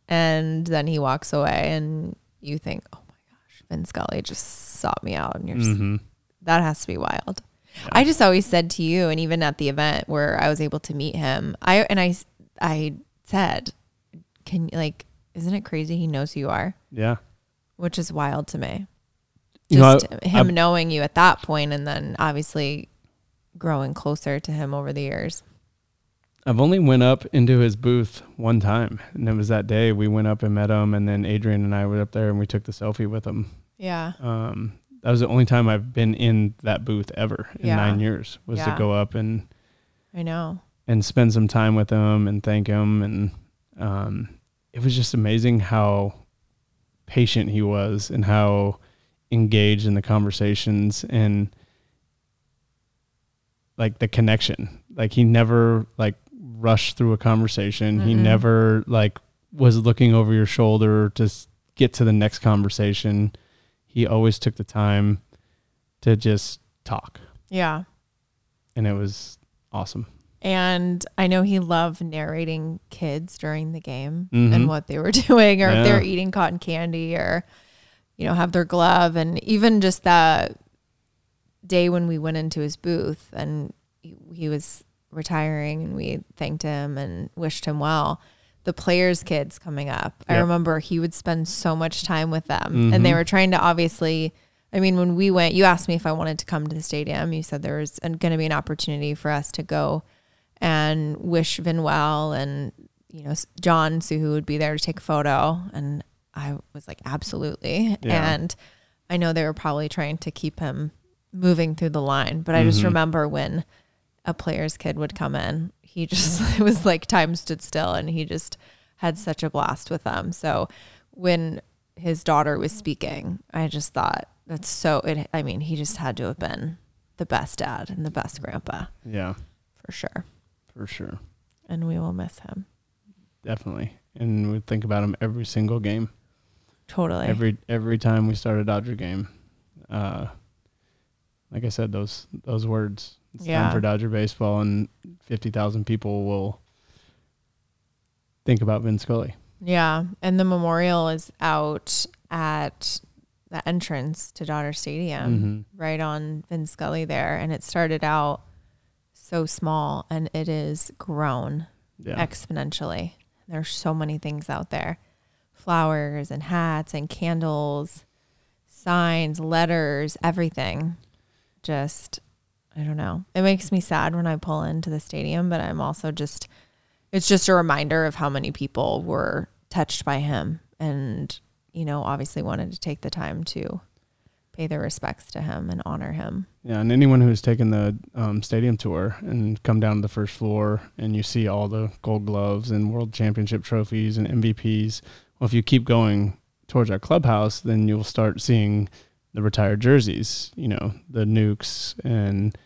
Speaker 1: and then he walks away and you think, oh my gosh, Vin Scully just sought me out. And you're just
Speaker 2: Mm-hmm.
Speaker 1: that has to be wild. I just always said to you, and even at the event where I was able to meet him, I and I, s- I said, "Can you like, isn't it crazy? He knows who you are,
Speaker 2: yeah.
Speaker 1: which is wild to me.
Speaker 2: You know,
Speaker 1: Just him knowing you at that point, and then obviously growing closer to him over the years.
Speaker 2: I've only went up into his booth one time, and it was that day we went up and met him, and then Adrian and I went up there and we took the selfie with him.
Speaker 1: Yeah,
Speaker 2: Um, that was the only time I've been in that booth ever in
Speaker 1: Yeah.
Speaker 2: nine years was
Speaker 1: Yeah.
Speaker 2: to go up and
Speaker 1: I know.
Speaker 2: and spend some time with him and thank him, and um, it was just amazing how patient he was and how engaged in the conversations and like the connection. Like he never like rushed through a conversation. He
Speaker 1: Mm-mm.
Speaker 2: never like was looking over your shoulder to s- get to the next conversation. He always took the time to just talk,
Speaker 1: Yeah,
Speaker 2: and it was awesome.
Speaker 1: and I know he loved narrating kids during the game
Speaker 2: Mhm.
Speaker 1: and what they were doing, or if they
Speaker 2: Yeah.
Speaker 1: were eating cotton candy, or you know, have their glove, and even just that day when we went into his booth and he, he was retiring, and we thanked him and wished him well. The players' kids coming up, I
Speaker 2: Yep.
Speaker 1: remember he would spend so much time with them, and they
Speaker 2: Mhm.
Speaker 1: were trying to obviously. I mean, when we went, you asked me if I wanted to come to the stadium. You said there was going to be an opportunity for us to go and wish Vin well, and you know S- John Suhu would be there to take a photo, and I was like, absolutely.
Speaker 2: Yeah.
Speaker 1: And I know they were probably trying to keep him moving through the line, but I just
Speaker 2: Mhm.
Speaker 1: remember when a player's kid would come in, he just it was like time stood still, and he just had such a blast with them. So when his daughter was speaking, I just thought that's so. It, I mean, he just had to have been the best dad and the best grandpa
Speaker 2: Yeah,
Speaker 1: for sure.
Speaker 2: for sure.
Speaker 1: And we will miss him
Speaker 2: Definitely. And we think about him every single game.
Speaker 1: totally.
Speaker 2: Every every time we start a Dodger game. Uh like I said, those those words. It's
Speaker 1: Yeah.
Speaker 2: time for Dodger baseball and fifty thousand people will think about Vin Scully.
Speaker 1: yeah, and the memorial is out at the entrance to Daughter Stadium,
Speaker 2: Mhm.
Speaker 1: right on Vin Scully there, and it started out so small, and it is grown
Speaker 2: Yeah.
Speaker 1: exponentially. There's so many things out there flowers and hats and candles, signs, letters, everything. Just, I don't know. It makes me sad when I pull into the stadium, but I'm also just, it's just a reminder of how many people were touched by him and, you know, obviously wanted to take the time to pay their respects to him and honor him.
Speaker 2: Yeah, and anyone who's taken the um, stadium tour and come down to the first floor and you see all the gold gloves and world championship trophies and MVPs, well, if you keep going towards our clubhouse, then you'll start seeing the retired jerseys, you know, the Nukes and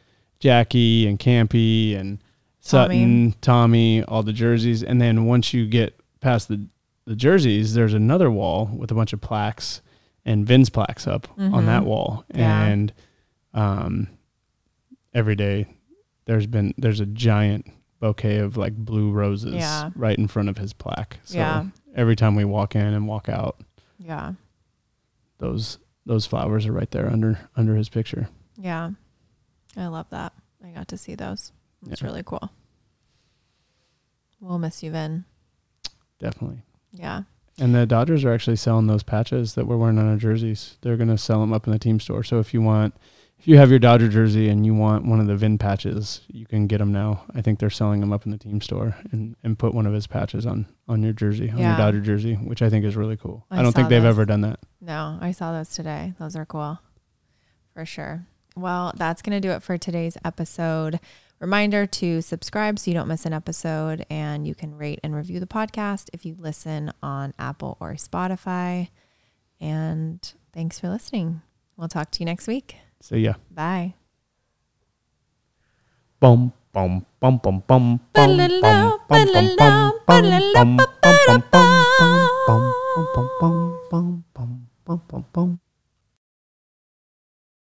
Speaker 2: Jackie and Campy and Sutton, Tommy, all the jerseys. And then once you get past the, the jerseys, there's another wall with a bunch of plaques and Vin's plaques up on
Speaker 1: Mhm.
Speaker 2: that wall.
Speaker 1: Yeah.
Speaker 2: And um, every day there's been there's a giant bouquet of like blue roses
Speaker 1: Yeah.
Speaker 2: right in front of his plaque. So
Speaker 1: Yeah.
Speaker 2: every time we walk in and walk out,
Speaker 1: Yeah.
Speaker 2: those those flowers are right there under under his picture.
Speaker 1: Yeah. I love that. I got to see those. It's
Speaker 2: Yeah.
Speaker 1: really cool. We'll miss you, Vin.
Speaker 2: Definitely.
Speaker 1: Yeah.
Speaker 2: And the Dodgers are actually selling those patches that we're wearing on our jerseys. They're going to sell them up in the team store. So if you want, if you have your Dodger jersey and you want one of the Vin patches, you can get them now. I think they're selling them up in the team store and, and put one of his patches on on your jersey, on
Speaker 1: Yeah.
Speaker 2: your Dodger jersey, which I think is really cool.
Speaker 1: I
Speaker 2: I, don't
Speaker 1: saw
Speaker 2: think they've
Speaker 1: those.
Speaker 2: ever done that.
Speaker 1: No, I saw those today. Those are cool for sure. Well, that's going to do it for today's episode. Reminder to subscribe so you don't miss an episode, and you can rate and review the podcast if you listen on Apple or Spotify. And thanks for listening. We'll talk to you next week.
Speaker 2: So yeah.
Speaker 1: Bye.
Speaker 3: Bum bum bum bum bum bum bum
Speaker 1: Ba-la-la,
Speaker 3: bum bum
Speaker 1: ba-la-la, ba-la-la,
Speaker 3: bum bum bum bum bum bum
Speaker 1: ba-ba-da-ba.
Speaker 3: bum bum bum bum bum bum bum bum.